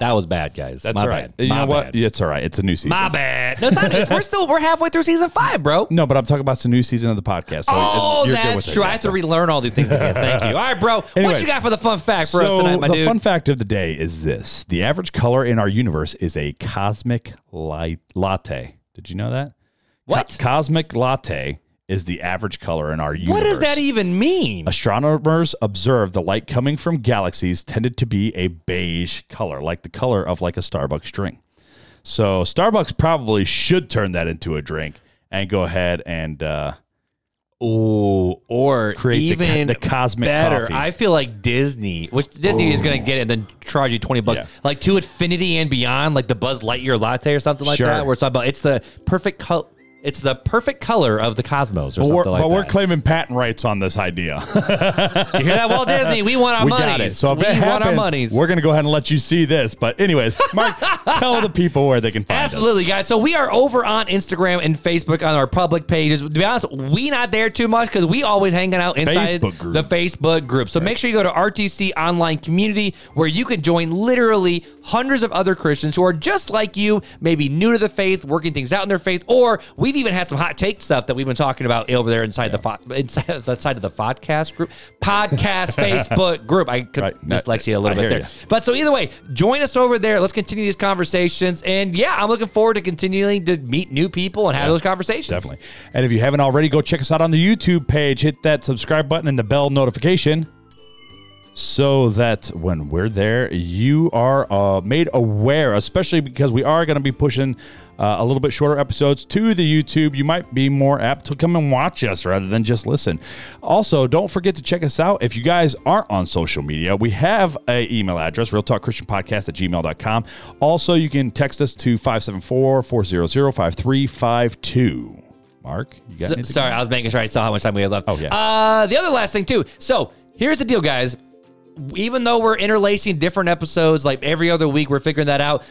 That was bad, guys. That's My all right. bad. You My know what? bad. It's all right. It's a new season. My bad. No, it's not, it's- we're still we're halfway through season five, bro. no, but I'm talking about the new season of the podcast. So Oh, you're good with that's it. true. Yeah, I have so- to relearn all these things again. Thank you. All right, bro. what you Anyways. got for the fun fact for us so tonight, my the dude? fun fact of the day is this: the average color in our universe is a cosmic light latte. Did you know that? What? Co- cosmic latte is the average color in our universe. What does that e-, even mean? Astronomers observed the light coming from galaxies tended to be a beige color, like the color of like a Starbucks drink. So Starbucks probably should turn that into a drink and go ahead and uh, Oh, or Create the co- even the cosmic better. coffee. I feel like Disney, which Disney is going to get it, and then charge you twenty bucks, Yeah. like to infinity and beyond, like the Buzz Lightyear latte or something like Sure. that. Where it's all about it's the perfect color. It's the perfect color of the cosmos or but, something we're, like but that. we're claiming patent rights on this idea. you hear that, Walt Disney? We want our we money. got it. So if we that want happens, our monies. we're going to go ahead and let you see this. But anyways, Mark, tell the people where they can find us. Absolutely, guys. So we are over on Instagram and Facebook on our public pages. To be honest, we not there too much because we always hanging out inside Facebook group. the Facebook group. So make sure you go to RTC Online Community where you can join literally hundreds of other Christians who are just like you, maybe new to the faith, working things out in their faith, or we've even had some hot take stuff that we've been talking about over there inside the fo- inside the side of the podcast group, podcast Facebook group. I could Right. No, dyslexia a little bit I hear there. ya. But so either way, join us over there. Let's continue these conversations. And yeah, I'm looking forward to continuing to meet new people and have those conversations. Definitely. And if you haven't already, go check us out on the YouTube page. Hit that subscribe button and the bell notification so that when we're there, you are uh, made aware, especially because we are going to be pushing uh, a little bit shorter episodes to the YouTube. You might be more apt to come and watch us rather than just listen. Also, don't forget to check us out. If you guys aren't on social media, we have an email address, realtalkchristianpodcast at gmail.com. Also, you can text us to 574-400-5352. Mark, you got So- anything? sorry, I was making sure I saw how much time we had left. Oh, yeah. Uh, the other last thing too. So here's the deal, guys. Even though we're interlacing different episodes, like every other week, we're figuring that out.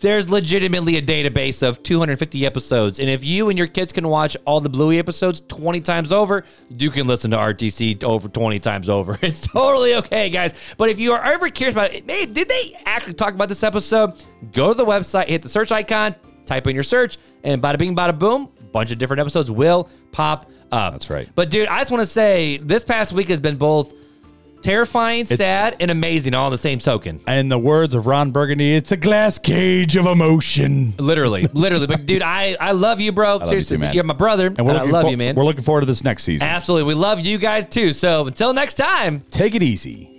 There's legitimately a database of 250 episodes, and if you and your kids can watch all the Bluey episodes 20 times over, you can listen to RTC over 20 times over. It's totally okay, guys. But if you are ever curious about it, hey, did they actually talk about this episode? Go to the website, hit the search icon, type in your search, and bada bing, bada boom, bunch of different episodes will pop up. That's right. But dude, I just want to say this past week has been both terrifying, sad, and amazing all in the same token. In the words of Ron Burgundy, it's a glass cage of emotion. Literally, literally. But dude, I I love you, bro. you Seriously, too, man. are my brother, and, I looking love for- you, man. We're looking forward to this next season. Absolutely, we love you guys too. So until next time. Take it easy.